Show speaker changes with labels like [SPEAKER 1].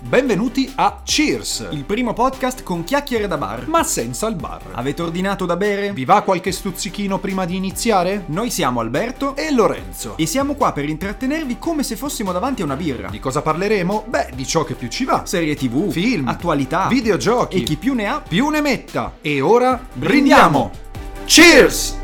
[SPEAKER 1] Benvenuti a Cheers,
[SPEAKER 2] Il primo podcast con chiacchiere da bar.
[SPEAKER 1] ma senza il bar.
[SPEAKER 2] Avete ordinato da bere?
[SPEAKER 1] Vi va qualche stuzzichino prima di iniziare?
[SPEAKER 2] Noi siamo Alberto
[SPEAKER 1] E Lorenzo.
[SPEAKER 2] e siamo qua per intrattenervi come se fossimo davanti a una birra.
[SPEAKER 1] Di cosa parleremo? Beh, di ciò che più ci va.
[SPEAKER 2] Serie TV,
[SPEAKER 1] Film,
[SPEAKER 2] attualità
[SPEAKER 1] videogiochi.
[SPEAKER 2] e chi più ne ha
[SPEAKER 1] Più ne metta. E ora
[SPEAKER 2] Brindiamo.
[SPEAKER 1] brindiamo. Cheers!